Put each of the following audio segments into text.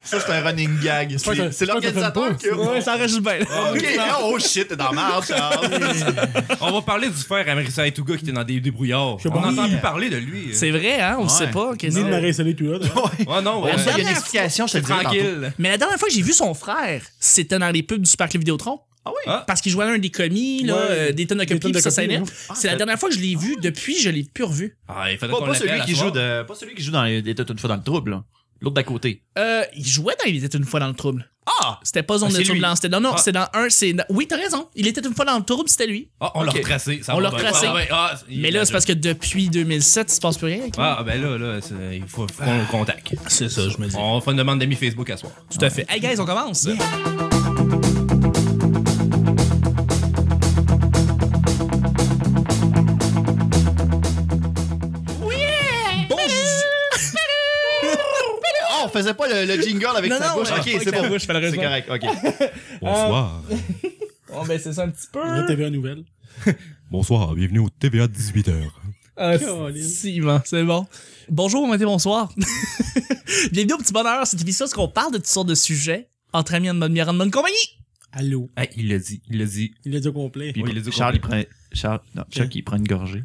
Ça, c'est un running gag. pas que- C'est c'est c'est pas que l'organisateur t'as qui. fait une Ouais, ça reste bien. Ok, oh shit, t'es dans marre, Charles. On va parler du frère Amerisa Etuga qui était dans des débrouillards. Je sais On pas. a entendu parler de lui. C'est vrai, hein? On ne Ouais. sait pas. qu'est-ce Ni de que- Marie Soleil tout là. Ouais, non, ouais. Ouais, ça, Il y a une dernière explication, je te C'est le dirai tantôt. tranquille. Mais la dernière fois que j'ai vu son frère, c'était dans les pubs du Spark Vidéotron. Ah oui? Ah. Parce qu'il jouait à un des commis, là, Ouais. euh, des tonnes de copies, tonnes de puis ça copies, saignait. ouais. Ah, C'est la dernière fois que je l'ai vu. Depuis, je l'ai plus revu. Ah, il faudrait Pas, qu'on pas l'appelle celui à qui soir. joue de, pas celui qui joue dans les, les Têtes une fois dans le trouble, là. l'autre d'à côté. Euh, il jouait dans Il était une fois dans le trouble. Ah! C'était pas Ah, Zone de c'est lui. Turbulence. C'était, non, non, Ah. c'est dans un. C'est, dans- oui, t'as raison. Il était une fois dans le trouble, c'était lui. Ah, on l'a Ok. retracé. ça On va l'a bien. retracé. Ah, ouais, ah, il- Mais là, c'est parce que depuis 2007, il se passe plus rien avec lui. Ah, ben là, là, c'est- il faut faut qu'on le contacte. C'est ça, je me dis. On fait une demande d'amis Facebook à soir. Tout à fait. Hey guys, on commence. Oh, on faisait pas le, le jingle avec Non, sa non, bouche. on Ok, fait pas c'est avec la bon. bouche, C'est malheureusement. correct, ok. Bonsoir. Bon, ben c'est ça un petit peu. La TVA Nouvelle. Bonsoir, bienvenue au TVA 18h. Ah, Caroline. si, ben, c'est bon. Bonjour, bon matin, bonsoir. Bienvenue au petit bonheur. C'est émission où on parle de toutes sortes de sujets entre amis en bonne bière, en bonne compagnie. Allô. Ah, il l'a dit, il l'a dit. Il est dit au complet. Puis il l'a dit au Charles, il complet. prend, Charles, non, Chuck, il prend une gorgée.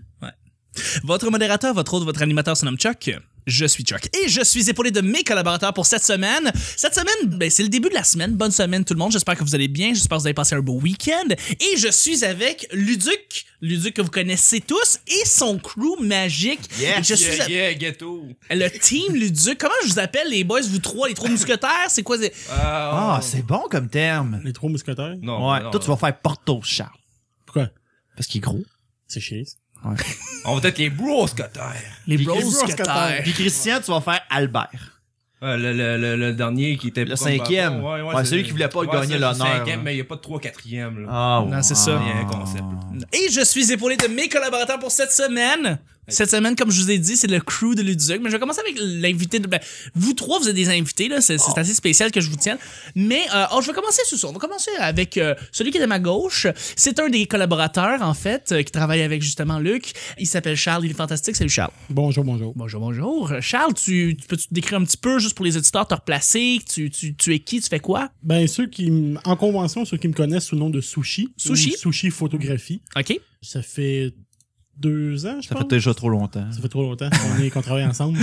Votre modérateur, votre autre, votre animateur se nomme Chuck. Je suis Chuck et je suis épaulé de mes collaborateurs pour cette semaine. Cette semaine, ben, c'est le début de la semaine. Bonne semaine tout le monde. J'espère que vous allez bien. J'espère que vous avez passé un beau week-end. Et je suis avec Luduc, Luduc que vous connaissez tous et son crew magique. Yes, Et je suis Yeah, à- yeah, ghetto. le team Luduc. Comment je vous appelle les boys, vous trois, les trois mousquetaires C'est quoi c'est- Ah, c'est bon comme terme. Les trois mousquetaires. Non, Ouais, non, toi, tu vas faire Porto, Charles. Pourquoi? Parce qu'il est gros. C'est chier. ça. On va peut-être les bros Scottaires. Les Les bros mousquetaires. Puis Christian, tu vas faire Albert. Ouais, le, le, le, le dernier qui était Le comme- cinquième. Ouais, ouais, Ouais, c'est- celui qui voulait pas ouais, gagner c'est le l'honneur, cinquième, ouais. mais il n'y a pas de 3 4e. Là. Ah, Non, c'est ça. Il y a un concept. là. Et je suis épaulé de mes collaborateurs pour cette semaine. Cette semaine, comme je vous ai dit, c'est le crew de Luduc. Mais je vais commencer avec l'invité. De... ben, vous trois, vous êtes des invités. là. C'est c'est assez spécial que je vous tienne. Mais euh, oh, je vais commencer sur ça. On va commencer avec euh, celui qui est à ma gauche. C'est un des collaborateurs, en fait, euh, qui travaille avec justement Luc. Il s'appelle Charles. Il est fantastique. Salut Charles. Bonjour, bonjour. Bonjour, bonjour. Charles, tu, tu peux-tu te décrire un petit peu, juste pour les auditeurs, te replacer? Tu, tu, tu es qui? Tu fais quoi? Ben, ceux qui, m- en convention, ceux qui me connaissent sous le nom de Sushi. Sushi? ou Sushi Photographie. OK. Ça fait deux ans, je Ça pense. fait déjà trop longtemps. Ça fait trop longtemps qu'on est- qu'on travaille ensemble.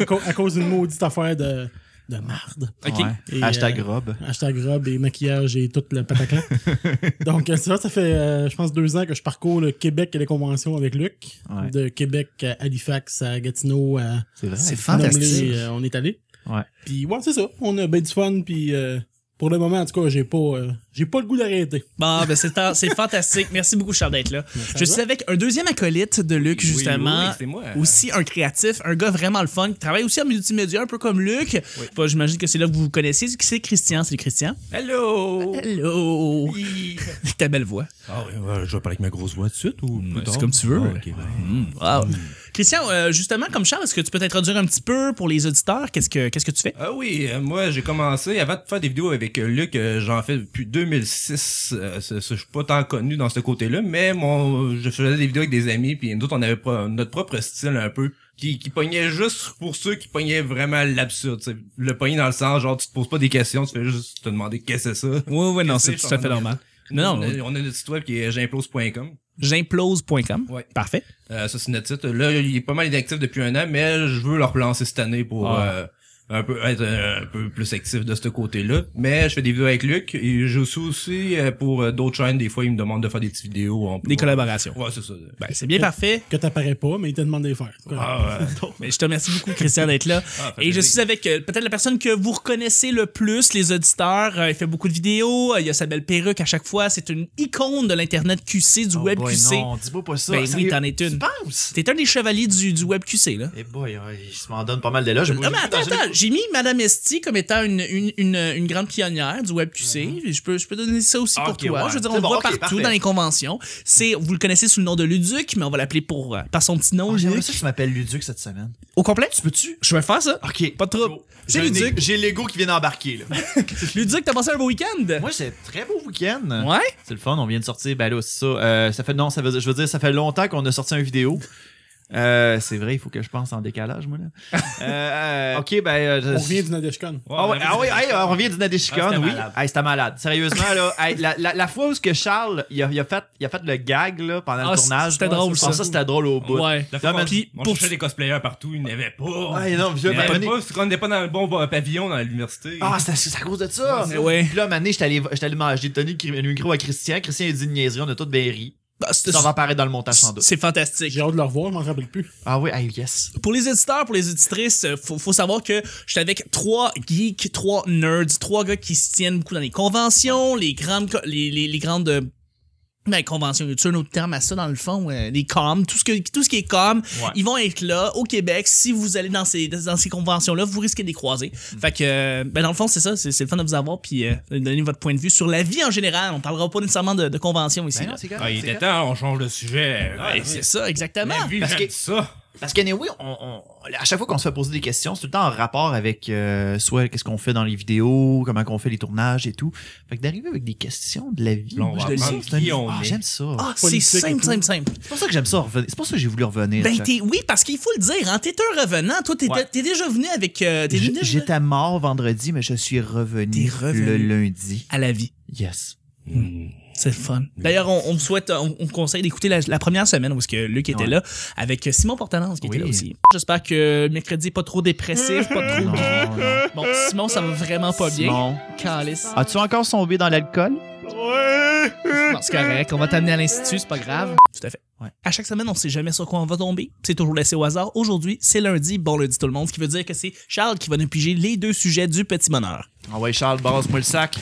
à, cau- à cause d'une maudite affaire de, de marde. OK. Ouais. Et, Hashtag euh, robe. Hashtag robe et maquillage et tout le pataclan. Donc, euh, ça, ça fait, euh, je pense, deux ans que je parcours le Québec et les conventions avec Luc. Ouais. De Québec à Halifax, à Gatineau, à C'est vrai. C'est Nomlé, fantastique. euh, on est allé. Ouais. Puis, ouais, c'est ça. On a bien du fun. Puis, euh, pour le moment, en tout cas, j'ai pas, euh, j'ai pas le goût d'arrêter. Bon, ben c'est tant- c'est fantastique. Merci beaucoup, Charles, d'être là. Merci à Je toi. suis avec un deuxième acolyte de Luc, Oui, justement. oui, oui, c'est moi. Aussi un créatif, un gars vraiment le fun, qui travaille aussi en multimédia, un peu comme Luc. Bon, J'imagine que c'est là que vous vous connaissez. Qui c'est Christian? C'est Christian. Hello! Hello! Oui. Ta belle voix. Ah, ouais, ouais, je vais parler avec ma grosse voix tout de suite ou plus c'est tard? comme tu veux. Ah, ok, ben. Wow. Christian, euh, justement, comme Charles, est-ce que tu peux t'introduire un petit peu pour les auditeurs? Qu'est-ce que qu'est-ce que tu fais? Ah oui, euh, moi j'ai commencé avant de faire des vidéos avec euh, Luc, euh, j'en fais depuis 2006. euh, c'est- c'est- je suis pas tant connu dans ce côté-là, mais mon, je faisais des vidéos avec des amis, puis nous autres on avait pro- notre propre style un peu, qui, qui pognait juste pour ceux qui pognaient vraiment l'absurde. tu sais. Le pogner dans le sens, genre tu te poses pas des questions, tu fais juste te demander qu'est-ce que c'est ça. Oui, oui, non, Qu'est-ce c'est que tout à fait normal. Non, on, non, a, on a notre site web qui est j'implose.com. j'implose.com. Ouais. Parfait. Euh, ça, c'est notre site. Là, il est pas mal inactif depuis un an, mais je veux le relancer cette année pour Ah. euh, un peu être euh, un peu plus actif de ce côté-là. Mais je fais des vidéos avec Luc et je suis aussi euh, pour euh, d'autres chaînes. Des fois, il me demande de faire des petites vidéos. On peut- Des collaborations. Ouais, c'est ça. Ben, c'est bien parfait. Que t'apparais pas, mais il te demande de les faire. Ah, ouais. Mais je te remercie beaucoup, Christian, d'être là. Ah, fait Et je plaisir. suis avec euh, peut-être la personne que vous reconnaissez le plus, les auditeurs. Euh, il fait beaucoup de vidéos. euh, il a sa belle perruque à chaque fois. C'est une icône de l'Internet QC, du Oh Web boy, QC. Non, dis-moi pas ça. Ben oui, Sérieux, t'en es une. Tu penses? T'es un des chevaliers du, du Web QC, là. Eh boy, ouais, il se m'en donne pas mal d'éloges. Moi, Ah, j'ai mais vu attends, dans une- attends. J'ai mis Madame Esti comme étant une, une, une, une grande pionnière du Web QC. Je, peux, je peux donner ça aussi pour Mhm. Ok, toi. ouais. Je veux dire, on C'est le bon, voit ok, partout parfait. dans les conventions. C'est, vous le connaissez sous le nom de Luduc, mais on va l'appeler pour, euh, par son petit nom, Oh, Luduc. J'aimerais ça que tu m'appelles Luduc cette semaine. Au complet? Tu peux-tu? Je vais faire ça. Ok. Pas de trouble. Go. C'est J'ai Luduc. un- J'ai l'ego qui vient d'embarquer, là. Luduc, t'as passé un beau week-end? Moi, c'est un très beau week-end. Ouais? C'est le fun, on vient de sortir. Ben là, c'est ça. Euh, ça fait, non, ça veut, dire- je veux dire, ça fait longtemps qu'on a sorti une vidéo. Euh, c'est vrai, il faut que je pense en décalage, moi. Là. Euh, euh, ok, ben. euh, je- On revient du Nadeshkon. Ah ouais, ah ouais, hey, on revient du Ah, Nadeshikon, c'était oui. malade. Hey, C'était malade. Sérieusement, là, hey, la, la, la fois où ce que Charles il a, il a fait, il a fait le gag là, pendant Ah, le tournage. c'était moi, drôle, ça. ça. ça, c'était drôle au bout. Ouais. La Non, fois mais- qu'on- on pour- cherchait des cosplayers partout, il n'y en avait pas. Ouais, non, vieux, il n'y en ben, avait pas, parce qu'on n'était pas dans le bon euh, pavillon dans l'université. Ah, c'est c'est à cause de ça! Ouais, ouais. Puis là, un moment donné, j'étais allé, j'étais allé manger, j'ai donné le cri- le micro à Christian. Christian, il dit une niaiserie, on a toutes bien ri. Bah, c'est- Ça va apparaître dans le montage sans doute. C'est fantastique. J'ai hâte de le revoir, je m'en rappelle plus. Ah oui, hey, yes. Pour les éditeurs, pour les éditrices, euh, faut, faut savoir que j'étais avec trois geeks, trois nerds, trois gars qui se tiennent beaucoup dans les conventions, les grandes, co- les, les, les grandes euh, ben, conventions, y a un autre terme à ça dans le fond, euh, les coms, tout ce, que, tout ce qui est com, ils vont être là au Québec. Si vous allez dans ces, dans ces conventions-là, vous risquez de les croiser. Mm. Fait que, euh, ben dans le fond, c'est ça, c'est c'est le fun de vous avoir, puis euh, de donner votre point de vue sur la vie en général. On parlera pas nécessairement de, de conventions ici. Ben non, là. c'est correct, Ah, il c'est était correct. temps, on change de sujet. Ouais, c'est ça, exactement. La vie, Ah, Parce j'aime que- ça. Parce que, anyway, on, on- à chaque fois qu'on se fait poser des questions, c'est tout le temps en rapport avec euh, soit qu'est-ce qu'on fait dans les vidéos, comment qu'on fait les tournages et tout. Fait que d'arriver avec des questions de la vie. Là, on moi, va je le apprendre dis, c'est un- qui on Ah, est. j'aime ça. Ah, c'est Politique et simple, tout. simple, simple. C'est pour ça que j'aime ça revenir. C'est pour ça que j'ai voulu revenir. Ben, Jack. t'es- oui, parce qu'il faut le dire, hein, t'es un revenant. Toi, t'es Ouais. t'es déjà venu avec. euh, t'es J- déjà J'étais mort vendredi, mais je suis revenu, T'es revenu. le lundi. à la vie. Yes. C'est le fun. D'ailleurs, on, on vous souhaite, on, on vous conseille d'écouter la, la première semaine où est-ce que Luc était Ouais. là, avec Simon Portalance qui Oui. était là aussi. J'espère que mercredi est pas trop dépressif, pas trop Non, gris. non. Bon, Simon, ça va vraiment pas bien. Simon, Calice. as-tu encore sombé dans l'alcool? Non, c'est correct. On va t'amener à l'institut, c'est pas grave. Tout à fait. Ouais. À chaque semaine, on sait jamais sur quoi on va tomber. C'est toujours laissé au hasard. Aujourd'hui, c'est lundi. Bon lundi tout le monde, ce qui veut dire que c'est Charles qui va nous piger les deux sujets du petit bonheur. Ah ouais, Charles, brasse-moi le sac.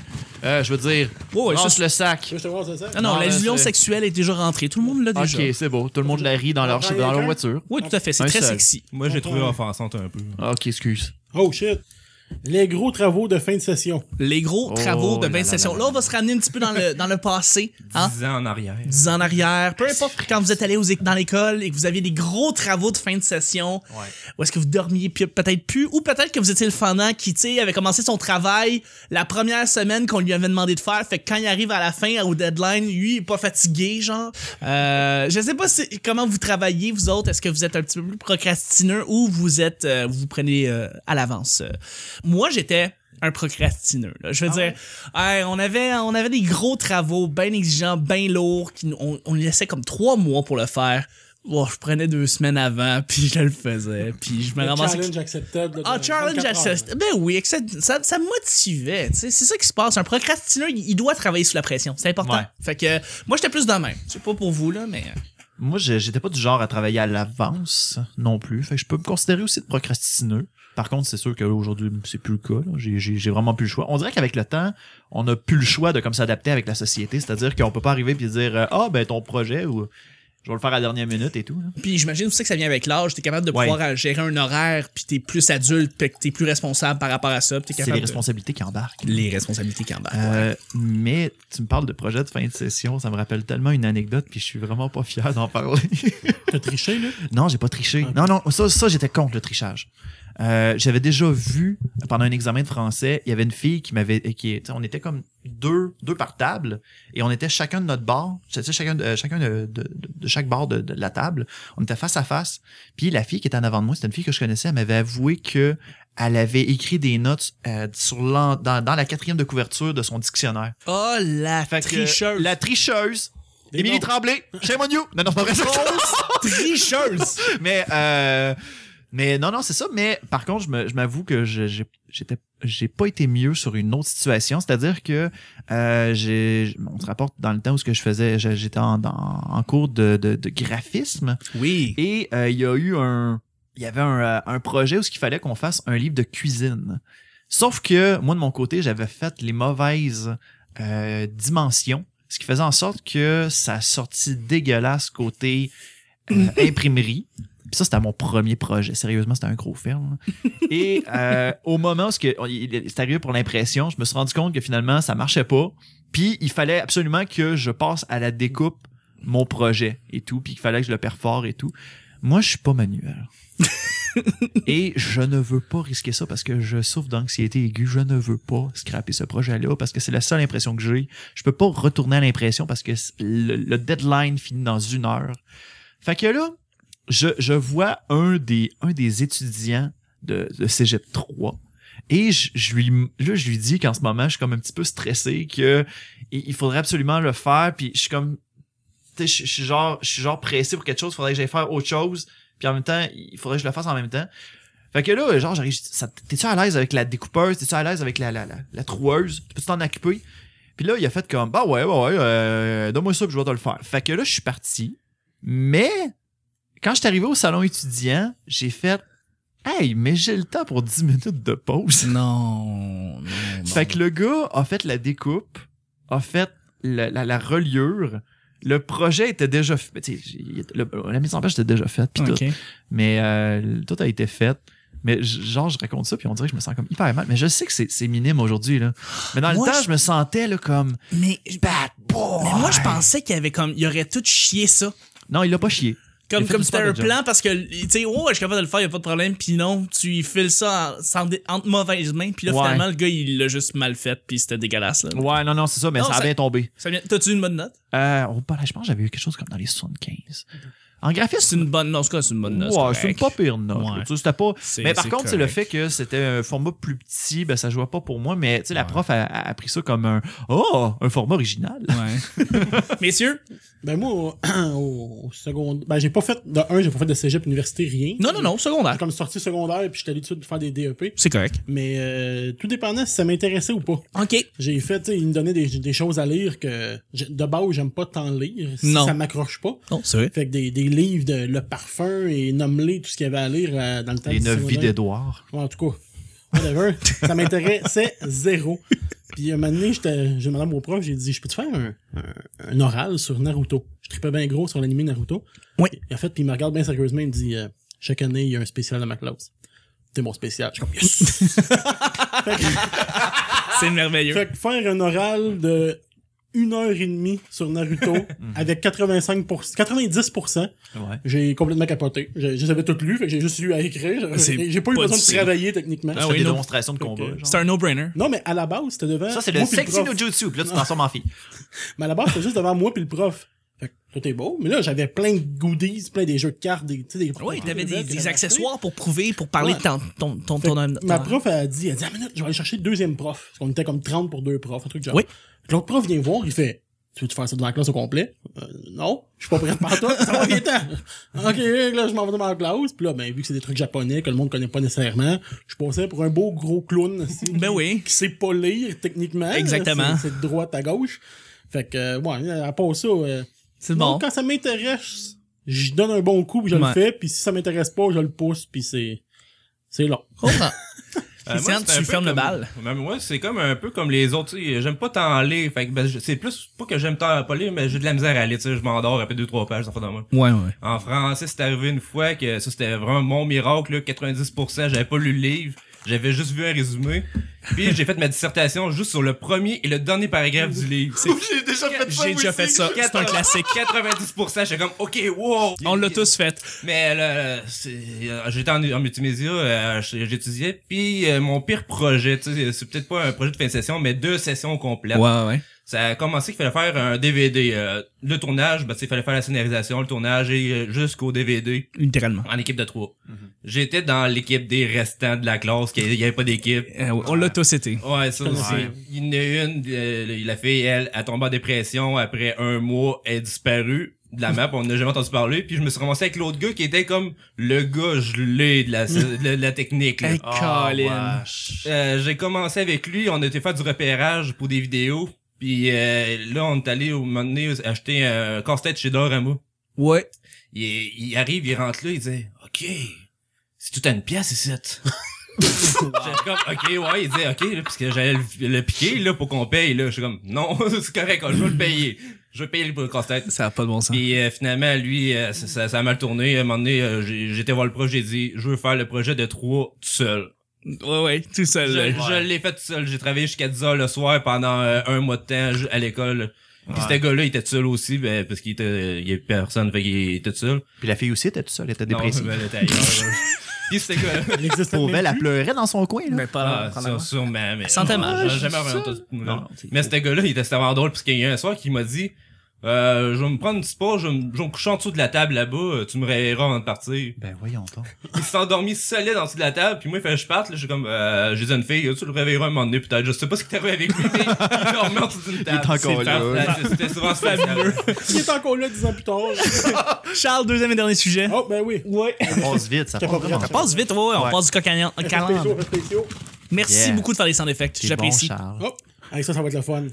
Euh, je veux dire, Ouais, ouais, ça, brasse c'est- le sac. Tu veux que je te vois, c'est ça? Ah non, Non, la là, l'illusion c'est- sexuelle est déjà rentrée. Tout le monde l'a déjà. Ok, c'est beau. Tout le monde la rit Ah, dans leur, Ah, dans leur quelqu'un? voiture. Oui, tout à fait. C'est Un très seul. sexy. Moi, j'ai trouvé offensante un peu. Ah, Ok, excuse. Oh shit. Les gros travaux de fin de session. Les gros Oh travaux de là 20 là sessions. là Là, on va se ramener un petit peu dans le, dans le passé. Hein? 10 ans en arrière. 10 ans en arrière, peu importe quand vous êtes allé aux é- dans l'école et que vous aviez des gros travaux de fin de session, Ouais. ou est-ce que vous dormiez pi- peut-être plus, ou peut-être que vous étiez le fanat qui, tu sais, avait commencé son travail la première semaine qu'on lui avait demandé de faire, fait que quand il arrive à la fin, au deadline, lui, il est pas fatigué, genre. Euh, je sais pas si- comment vous travaillez, vous autres, est-ce que vous êtes un petit peu plus procrastineux ou vous êtes, euh, vous vous prenez euh, à l'avance. euh. Moi, j'étais un procrastineux. là. Je veux dire, hey, on, avait, on avait des gros travaux bien exigeants, bien lourds, qui, nous- on, on laissait comme trois mois pour le faire. Oh, je prenais deux semaines avant, puis je le faisais, puis je me Le ramassais... challenge acceptable. là, Ah, de challenge 24 heures. accepted. Ben oui, accept- ça, ça me motivait. tu sais. C'est ça qui se passe. Un procrastineur, il il doit travailler sous la pression. C'est important. Ouais. Fait que euh, moi, j'étais plus dans le même. C'est pas pour vous, là, mais. euh, Moi, je- j'étais pas du genre à travailler à l'avance non plus. Fait que je peux me considérer aussi de procrastineux. Par contre, c'est sûr qu'aujourd'hui, c'est plus le cas. là. J'ai- J'ai j'ai vraiment plus le choix. On dirait qu'avec le temps, on a plus le choix de comme s'adapter avec la société. C'est-à-dire qu'on peut pas arriver puis dire euh, Ah, ben ton projet ou je vais le faire à la dernière minute et tout. là. Puis j'imagine aussi que ça vient avec l'âge. T'es capable de Ouais. pouvoir euh, gérer un horaire, puis t'es plus adulte, puis que t'es plus responsable par rapport à ça. puis t'es C'est les capable de- responsabilités qui embarquent. les responsabilités qui embarquent. Euh, mais tu me parles de projet de fin de session, ça me rappelle tellement une anecdote, puis je suis vraiment pas fier d'en parler. T'as triché, là? non, j'ai pas triché. Non, non, ça, ça j'étais contre le trichage. Euh, J'avais déjà vu pendant un examen de français, il y avait une fille qui m'avait, qui, tu sais, on était comme deux, deux par table, et on était chacun de notre bord, tu sais, chacun, de- euh, chacun de, de- de chaque bord de, de la table, on était face à face. Puis la fille qui était en avant de moi, c'était une fille que je connaissais, elle m'avait avoué que elle avait écrit des notes euh, sur l'en- dans, dans la quatrième de couverture de son dictionnaire. Oh, la Fait que, euh, tricheuse. La tricheuse. Des Émilie noms. Tremblay. Shame on you. Non, non, c'est pas vrai. tricheuse. mais, euh, mais non, non, c'est ça. Mais par contre, je me- je m'avoue que je- j'ai- j'étais j'ai pas été mieux sur une autre situation c'est-à-dire que euh, j'ai on se rapporte dans le temps où ce que je faisais je- j'étais en, dans- en cours de, de- de graphisme Oui. et euh, il y a eu un il y avait un, euh, un projet où ce qu'il fallait qu'on fasse un livre de cuisine sauf que moi de mon côté j'avais fait les mauvaises euh, dimensions ce qui faisait en sorte que ça sortit dégueulasse côté euh, imprimerie puis ça, c'était mon premier projet. Sérieusement, c'était un gros film. là. Et euh, au moment où ce que- il- il- c'est arrivé pour l'impression, je me suis rendu compte que finalement, ça marchait pas. Puis il fallait absolument que je passe à la découpe mon projet et tout, puis qu'il fallait que je le perfore et tout. Moi, je suis pas manuel. et je ne veux pas risquer ça parce que je souffre d'anxiété aiguë. Je ne veux pas scraper ce projet-là parce que c'est la seule impression que j'ai. Je peux pas retourner à l'impression parce que c- le, le deadline finit dans une heure. Fait que là, je, je vois un des, un des étudiants de, de Cégep 3 et je, je lui, là, je lui dis qu'en ce moment, je suis comme un petit peu stressé, que il il faudrait absolument le faire, puis je suis comme, tu sais, je, je suis genre, je suis genre pressé pour quelque chose, faudrait que j'aille faire autre chose, puis en même temps, il faudrait que je le fasse en même temps. Fait que là, genre, j'arrive, je dis, ça- t'es-tu à l'aise avec la découpeuse, t'es-tu à l'aise avec la, la, la, la troueuse, tu peux t'en occuper? Puis là, il a fait comme, bah ouais, bah ouais, euh, donne-moi ça, puis je vais te le faire. Fait que là, je suis parti, mais quand je suis arrivé au salon étudiant, j'ai fait, hey, mais j'ai le temps pour 10 minutes de pause. Non, non, non. Fait que le gars a fait la découpe, a fait la, la, la reliure. Le projet était déjà fait. Tu sais, il- le- la mise en page était déjà faite. puis tout. Ok. Mais euh, tout a été fait. Mais j- genre, je raconte ça, puis on dirait que je me sens comme hyper mal. Mais je sais que c'est c'est minime aujourd'hui. là. Mais dans Moi, le temps, je- je... me sentais là, comme Mais, bad boy. mais moi, je pensais qu'il y avait comme, il aurait tout chié ça. Non, il l'a pas chié. Il a Comme, fait comme une c'était super un belle job. plan parce que, tu sais, oh, je suis capable de le faire, il a pas de problème. Puis non, tu y files ça en- sans dé- entre mauvaises mains. Puis là, Ouais. finalement, le gars, il l'a juste mal fait. Puis c'était dégueulasse. Là. Ouais, non, non, c'est ça, mais Non, ça a ça- bien tombé. Ça vient- T'as-tu une bonne note? Euh, oh, bah, je pense que j'avais eu quelque chose comme dans les 75. En C'est graphisme, une bonne note. En tout cas, c'est une bonne note. ouais, c'est une correct. pas pire note. Ouais. là. Tu sais, C'était pas. C'est- Mais par c'est contre, c'est le correct. fait que c'était un format plus petit, ben, ça jouait pas pour moi, mais tu sais, la prof a, a- a pris ça comme un Oh, un format original. Ouais. Messieurs? Ben moi, au, au- au secondaire, ben j'ai pas fait de un, j'ai pas fait de cégep université, rien. Non, non, non, J'ai secondaire. comme sorti secondaire puis j'étais habitué de faire des DEP. C'est correct. Mais euh, tout dépendait si ça m'intéressait ou pas. OK. J'ai fait, tu sais, ils me donnaient des, des choses à lire que j'ai- de base j'aime pas tant lire. Si Non. ça m'accroche pas. Non, c'est vrai. Fait que des, des livres de Le Parfum et Nomme-les, tout ce qu'il y avait à lire euh, dans le temps Les du neuf vies secondaire. d'Edouard. Ouais, en tout cas, whatever. ça m'intéressait zéro. Puis un moment donné, j'étais- j'ai demandé à mon prof, j'ai dit, je peux te faire un, un- un oral sur Naruto. Je tripais bien gros sur l'anime Naruto. Oui. Et en fait, puis il me regarde bien sérieusement, il me dit, euh, chaque année, il y a un spécial de ma classe. T'es mon spécial. Je suis comme, yes! C'est merveilleux. fait que faire un oral de une heure et demie sur Naruto avec 85 90 Ouais. j'ai complètement capoté. Je, je les avais toutes lues, fait que j'ai juste eu à écrire. C'est J'ai j'ai pas eu pas besoin de difficile. travailler techniquement. Ah Ah oui, des non. démonstrations de combat. Ok. genre. C'est un no-brainer. Non, mais à la base, c'était devant. Ça, c'est le moi puis sexy prof. no jutsu. Puis là, tu t'en transformes en fille. Mais à la base, c'était juste devant moi puis le prof. Fait que tout est beau. Mais là, j'avais plein de goodies, plein des jeux de cartes, des, tu sais, des Oui, t'avais des, nouvelles que des j'avais accessoires pour prouver, pour parler Ouais. de ton, ton, achetées. ton, ton, Fait que ton- ma prof, elle a dit, elle a dit, ah, minute, je vais aller chercher le deuxième prof. Parce qu'on était comme 30 pour deux profs, un truc genre. Oui. Fait que L'autre prof vient voir, il fait, tu veux-tu faire ça dans la classe au complet? Euh, non, je suis pas prêt par toi, ça va bien temps. Ok, là, je m'en vais dans ma classe. Puis là, ben, vu que c'est des trucs japonais que le monde connaît pas nécessairement, je passais pour un beau gros clown. aussi. Ben oui. qui sait pas lire techniquement. Exactement. C'est c'est de droite à gauche. Fait que, euh, ouais, à part ça, euh, C'est non, bon. quand ça m'intéresse, je donne un bon coup, puis je Ouais. le fais, puis si ça m'intéresse pas, je le pousse, puis c'est c'est long. Comprends. Euh, moi, Christian, c'est un tu peu fermes le comme- bal. Ben, moi, c'est comme un peu comme les autres. tu sais, J'aime pas tant lire. Fait que, ben, je- c'est plus pas que j'aime tant pas lire, mais j'ai de la misère à lire. tu sais, Je m'endors après deux trois pages. Ça fait dans moi. Ouais, ouais. En français, c'est arrivé une fois que ça c'était vraiment mon miracle. Là, 90%, j'avais pas lu le livre. J'avais juste vu un résumé. Puis j'ai fait ma dissertation juste sur le premier et le dernier paragraphe du livre. J'ai déjà fait J'ai déjà fait ça. C'est un classique. 90%, j'étais comme, ok, wow! On l'a tous fait. Mais là, c'est- euh, j'étais en, en multimédia, euh, j'- j'étudiais, puis euh, mon pire projet, tu sais, c'est peut-être pas un projet de fin de session, mais deux sessions complètes. ouais. Ça a commencé qu'il fallait faire un DVD. euh, le tournage, ben, tu sais, il fallait faire la scénarisation, le tournage et euh, jusqu'au DVD Littéralement. en équipe de trois. J'étais dans l'équipe des restants de la classe, qu'il n'y avait pas d'équipe. Euh, ouais, on l'a tous été. Ouais, ça aussi. Ouais. Il y en a une, euh, la fille, elle, a tombé en dépression après un mois, elle est disparue de la map, on n'a jamais entendu parler, puis je me suis ramassé avec l'autre gars qui était comme le gars gelé de la, de la technique. là. Hey, Ah, Colin. Euh, j'ai commencé avec lui, on était faire du repérage pour des vidéos, puis euh, là, on est allé au moment donné acheter un casse-tête chez Dorama. Ouais. Il, il arrive, il rentre là, il dit « Ok, c'est tout à une pièce ici. » J'étais comme, ok, ouais, il dit, ok, là, parce que j'allais le, le piquer, là, pour qu'on paye, là. Je suis comme, non, c'est correct, je vais le payer. Je vais payer le casse-tête. Ça a pas de bon sens. Puis euh, finalement, lui, euh, ça, ça- ça a mal tourné. À un moment donné, euh, j'ai- j'étais voir le prof, j'ai dit, je veux faire le projet de trois tout seul. Ouais, ouais. Tout Je, seul. là. je l'ai fait tout seul. J'ai travaillé jusqu'à 10 heures le soir pendant euh, un mois de temps ju- à l'école. Puis ce gars-là, il était tout seul aussi, ben, parce qu'il était, il y avait personne, fait qu'il était tout seul. Puis la fille aussi était toute seule, elle était Non, dépressive. ben, elle était ailleurs, là. Puis ce gars-là, Elle existe Pauvre, même elle, elle plus. pleurait dans son coin. Là. Mais pas Ah, là. sûre- sûrement, mais. Sentait mal. Ah, j'aurais jamais Ah, entendu je- cette nouvelle. Non, non, c'est Mais ce gars-là, il était vraiment drôle, parce qu'il y a eu un soir qui m'a dit, Euh, je vais me prendre une petite pause, je vais me je vais me coucher en dessous de la table là-bas, euh, tu me réveilleras avant de partir. Ben voyons donc. Il s'est endormi solide en dessous de la table, puis moi, il fait que je parte, là, je suis comme, euh, j'ai dit à une fille, tu le réveilleras un moment donné, peut-être, je sais pas ce qui t'arrive avec lui, mais il dormait en dessous d'une table. est encore C'est là. parfait, là, C'était souvent fabuleux. Il est encore là 10 ans plus tard. Charles, deuxième et dernier sujet. Oh, ben oui. Ouais. On passe vite, ça passe vraiment On vite. passe vite, ouais, ouais, on Ouais. passe du coq à l'âne. Effets spéciaux, effets spéciaux. Merci Yeah. beaucoup de faire les sound effects, T'es j'apprécie. bon, Charles. Oh, hey, ça, ça va être le fun.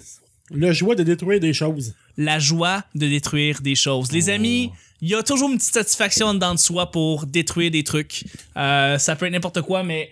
Le joie de détruire des choses. la joie de détruire des choses. Les amis, il y a toujours une petite satisfaction dans de soi pour détruire des trucs. Euh, ça peut être n'importe quoi, mais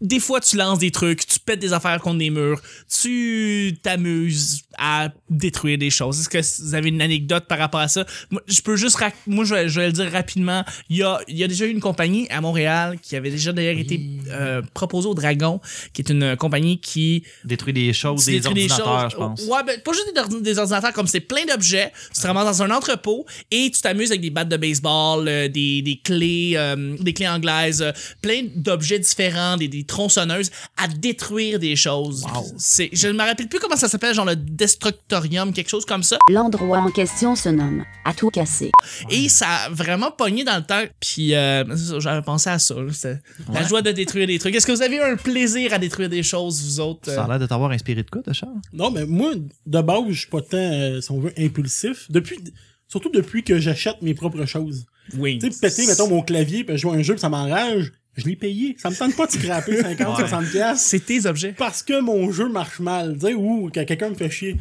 des fois, tu lances des trucs, tu pètes des affaires contre des murs, tu t'amuses à détruire des choses. Est-ce que vous avez une anecdote par rapport à ça? Moi, je peux juste... rac- Moi, je vais, je vais le dire rapidement. Il y a, il y a déjà eu une compagnie à Montréal qui avait déjà d'ailleurs été euh, proposée au Dragon, qui est une compagnie qui Détruit des choses, tu des détruis des ordinateurs, choses. je pense. Ouais, ben, pas juste des, ordi- des ordinateurs, comme c'est plein d'objets. Tu te ramasses dans un entrepôt et tu t'amuses avec des battes de baseball, euh, des, des clés, euh, des clés anglaises, euh, plein d'objets différents, des, des tronçonneuses, à détruire des choses. C'est, je ne me rappelle plus comment ça s'appelle, genre le Destructorium, quelque chose comme ça. L'endroit en question se nomme à tout casser. Et ça a vraiment pogné dans le temps. Puis euh, c'est ça, j'avais pensé à ça. là, c'était La joie de détruire des trucs. Est-ce que vous avez eu un plaisir à détruire des choses, vous autres? euh, Ça a l'air de t'avoir inspiré de quoi, toi, Charles? Non, mais moi, de base, je suis pas tant, euh, si on veut, impulsif. Depuis, surtout depuis que j'achète mes propres choses. euh, oui. Tu sais, péter, mettons, mon clavier, puis jouer à un jeu, puis ça m'enrage, je l'ai payé. Ça me tente pas de scraper 50, 60 piastres. C'est tes objets. parce que mon jeu marche mal, tu sais, ou que quelqu'un me fait chier.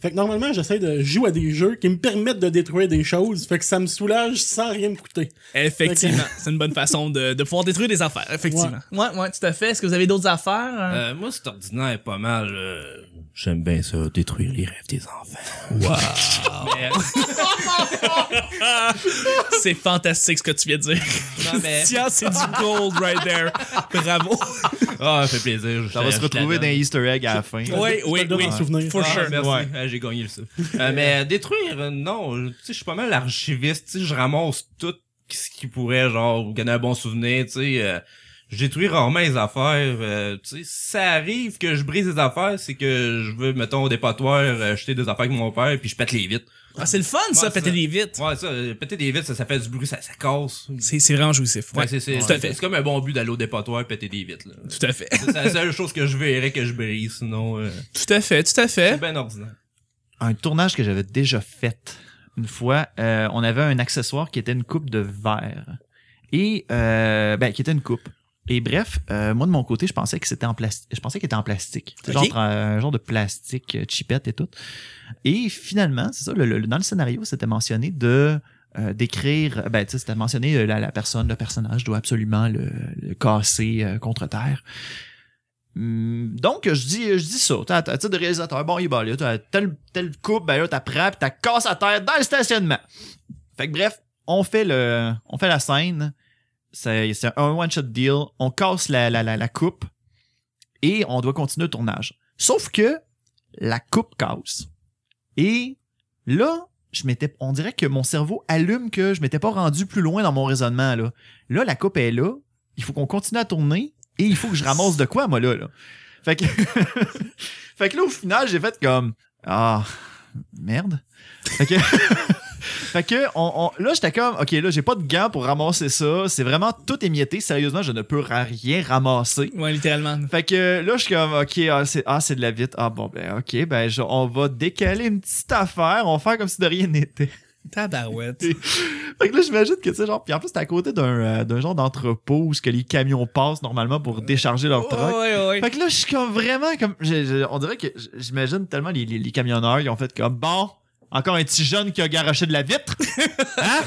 Fait que normalement, j'essaie de jouer à des jeux qui me permettent de détruire des choses, fait que ça me soulage sans rien me coûter. Effectivement, c'est une bonne façon de, de pouvoir détruire des affaires, effectivement. Ouais, ouais, tout à fait. Est-ce que vous avez d'autres affaires? hein? Euh, moi, cet ordinaire est pas mal. euh, J'aime bien ça, détruire les rêves des enfants. Mais, euh, C'est fantastique ce que tu viens de dire. Ah, non, mais- Tiens, c'est du gold right there. Bravo. Ah, ça fait plaisir. je- Ça va je se te retrouver la dans donne. Easter egg à la fin. Oui, Je te oui, le donne oui. en souvenir. For Ah, sure. merci. Ah, j'ai gagné le ça. Euh, mais détruire, euh, non. je- Tu sais, je suis pas mal archiviste. Tu sais, je ramasse tout ce qui pourrait, genre, vous gagner un bon souvenir. Tu sais, euh, je détruis rarement les affaires. euh, tu sais, ça arrive que je brise les affaires, c'est que je veux, mettons, au dépotoir, euh, jeter des affaires avec mon père, puis je pète les vitres. Ah, c'est le fun, ça, Ouais, péter ça. des vitres. Ouais, ça, euh, péter des vitres, ça, ça fait du bruit, ça, ça casse. C'est c'est vraiment jouissif. Ouais, Ouais, c'est, c'est, Tout à fait. c'est comme un bon but d'aller au dépotoir péter des vitres. Là. Tout à fait. C'est la seule chose que je verrais que je brise, sinon euh, Tout à fait, tout à fait. c'est bien ordinaire. un tournage que j'avais déjà fait une fois. euh, on avait un accessoire qui était une coupe de verre. Et euh, ben, qui était une coupe. Et bref, euh, moi de mon côté, je pensais que c'était en plastique. Je pensais qu'il était en plastique. C'est Ok. Genre euh, un genre de plastique euh, chipette et tout. Et finalement, c'est ça, le- le- dans le scénario, c'était mentionné de euh, d'écrire, ben, tu sais, c'était mentionné, euh, la, la personne, le personnage doit absolument le, le casser euh, contre terre. Hum, Donc, je dis, je dis ça, t'as, t'as, t'as de réalisateur, bon, il est bon, là, t'as telle, telle coupe, ben là, t'as prends, pis t'as casse à terre dans le stationnement. Fait que bref, on fait le, on fait la scène, c'est, c'est un one-shot deal, on casse la, la, la, la coupe, et on doit continuer le tournage. Sauf que, la coupe casse. Et là, je m'étais, on dirait que mon cerveau allume que je m'étais pas rendu plus loin dans mon raisonnement, là. Là, la coupe est là, il faut qu'on continue à tourner et il faut que je ramasse de quoi, moi, là. là. Fait, que fait que là, au final, j'ai fait comme Ah, merde. Fait que. Fait que on, on- là, j'étais comme, OK, là, j'ai pas de gants pour ramasser ça. C'est vraiment tout émietté. Sérieusement, je ne peux ra- rien ramasser. Ouais, littéralement. Fait que là, je suis comme, OK, ah, c'est ah, c'est de la vitre. Ah, bon, ben, OK, ben, je- on va décaler une petite affaire. On va faire comme si de rien n'était. Tabarouette. Fait que là, j'imagine que, tu sais, genre, puis en plus, t'es à côté d'un euh, d'un genre d'entrepôt où ce que les camions passent normalement pour décharger leur Ouais, truck. ouais, ouais. Fait que là, je suis comme vraiment comme. je- je- on dirait que j- j'imagine tellement les, les, les camionneurs, ils ont fait comme bon, encore un petit jeune qui a garoché de la vitre. Euh, Hein?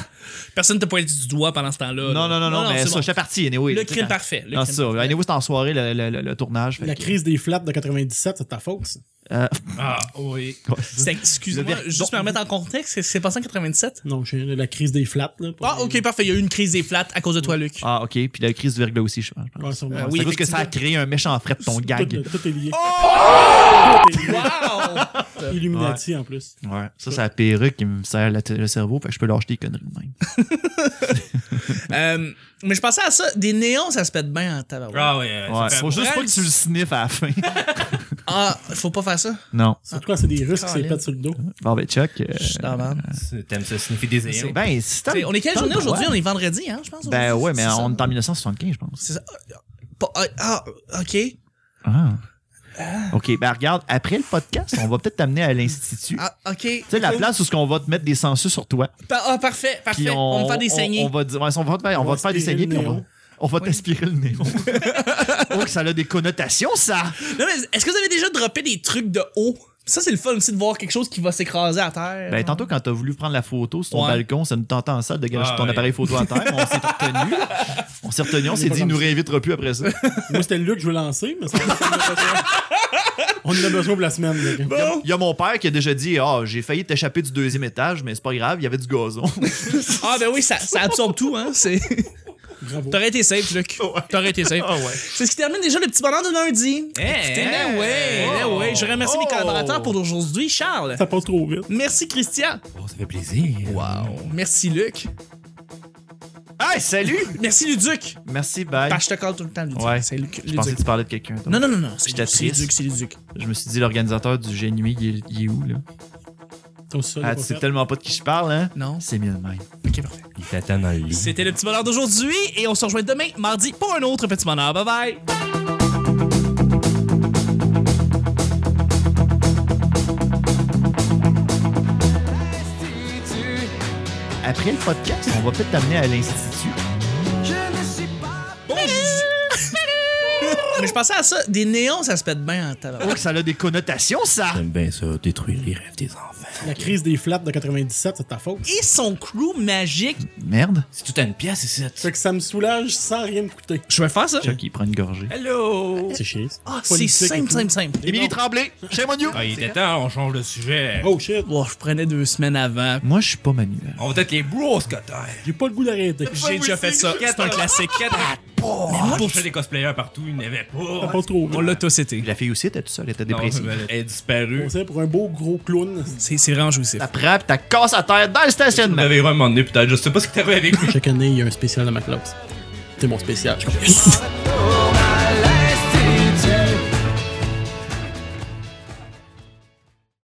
Personne t'a pointé du doigt pendant ce temps-là. non, non, non, non, mais c'est ça, bon. j'étais parti, anyway. Le Tu sais, crime quand- parfait. le Non, crime c'est ça. parfait. Anyway, c'était en soirée, le, le- le- le tournage. fait La que- crise des flats de 97, c'est de ta faute, ça. Euh, Ah oui. C'était- Excuse-moi, Le ver- juste me remettre en contexte, qu'est-ce qui s'est passé en 97? Non, j'ai la crise des flats, là. pour- Ah, ok, parfait. Il y a eu une crise des flats à cause de toi, Luc. ah, ok. Puis la crise du verglas aussi, je pense. Ouais, sûrement. Euh, oui, Oui, parce que ça a créé un méchant fret, ton Tout, gag. tout est lié. Oh! Tout est lié. Illuminati, en plus. Ouais. Ça, c'est la perruque qui me serre la- le cerveau, fait que je peux lâcher des conneries de même. Euh, mais je pensais à ça, des néons, ça se pète bien en tabarouette. Ah oui. euh, ça Ouais. fait- Faut juste pas que tu le sniffes à la fin. Ah, faut pas faire ça. Non. Surtout quand c'est des Russes qui se Ah, Colin. pètent sur le dos. Bon, ben, Chuck. euh, Je suis dans la merde. C'est- T'aimes ça sniffer des c'est- ayons? ben, si t'as- T'sais, On est quelle t'as journée le aujourd'hui? On droit. est vendredi, hein, je pense. Ben, aujourd'hui. ouais, mais C'est ça. on est en 1975, je pense. C'est ça. Pas- ah, Ah, ok. Ah. OK, ben, regarde, après le podcast, on va peut-être t'amener à l'Institut. Ah, ok. Tu sais, la place où ce qu'on va te mettre des census sur toi. Pa- ah, parfait, Puis parfait. on, On, me fait des on- saignées. On, va, dire- ouais, on va te faire, on va te faire des aspirer saignées, le puis on va, néon. on va t'aspirer le néon. oh, que ça a des connotations, ça! Non, mais est-ce que vous avez déjà droppé des trucs de haut? Ça, c'est le fun aussi de voir quelque chose qui va s'écraser à terre. Ben, tantôt, quand t'as voulu prendre la photo sur ton Ah. Ouais. balcon, ça nous tentait en salle de gâcher Ah, ton ouais. appareil photo à terre. mais On s'est retenu. On s'est retenu, on s'est pas dit, il comme nous ça. réinvitera plus après ça. Moi, c'était Luc que je veux lancer, mais ça, on en a besoin. On en a besoin pour la semaine. Luc. Bon. Il y a mon père qui a déjà dit, ah, j'ai failli t'échapper du deuxième étage, mais c'est pas grave, il y avait du gazon. Ah, ben oui, ça, ça absorbe tout, hein. c'est- Bravo. T'aurais été safe, Luc. T'aurais été safe. C'est ce qui termine déjà le petit bonheur de lundi. Hey, Écoutez, hey. ben ouais, ben Oh. ouais. Je remercie mes Oh. collaborateurs pour aujourd'hui. Charles, Ça passe trop vite. merci Christian. Oh, ça fait plaisir. Wow. Merci Luc. hey, salut! Merci Luduc. Merci, bye. Parce que je te colle tout le temps, Luduc. Ouais. C'est Luc. Je pensais Luduc. que tu parlais de quelqu'un. toi. Non, non, non, non. C'est J'étais Luduc, c'est triste. Luduc, c'est Luduc. Je me suis dit, l'organisateur du génie, il, est- il est où, là? Ton sol est Ah, pas tu sais fait. tellement pas de qui je parle, hein? Non. C'est mieux de même. Ok, parfait. Il t'attend dans le lit. C'était le petit bonheur d'aujourd'hui et on se rejoint demain, mardi, pour un autre petit bonheur. Bye bye. Après le podcast, on va peut-être t'amener à l'Institut. Mais je pensais à ça, des néons, ça se pète bien en tabac. Oh, que ça a des connotations, ça! J'aime bien ça, détruire les rêves des enfants. La crise des flaps de 97, c'est ta faute. Et son crew magique. Merde. C'est tout à une pièce ici. Fait que ça me soulage sans rien me coûter. Je vais faire ça. Chuck, il prend une gorgée. Hello! C'est chier. ça. Ah, c'est Politique et simple, tout. simple, simple. Émilie Tremblay, chez Monio! Ah, il était temps, on change de sujet. Oh shit, Oh, je prenais deux semaines avant. Moi, je suis pas manuel. On va être les bros, Cotter. j'ai pas le goût d'arrêter. Ça J'ai déjà fait ça. C'est un classique. Moi, je fais des cosplayers partout, il n'y avait pas. passe trop On vite. l'a tous été. La fille aussi était toute seule, elle était Non, dépressive. elle est disparue. On sait pour un beau gros clown. C'est c'est vraiment jouissif. T'as frappe, t'as casse à terre dans le On stationnement. l'avait un moment donné, peut-être. Je sais pas ce qui t'arrive avec lui. Chaque année, il y a un spécial de McLeod. C'est mon spécial. je comprends.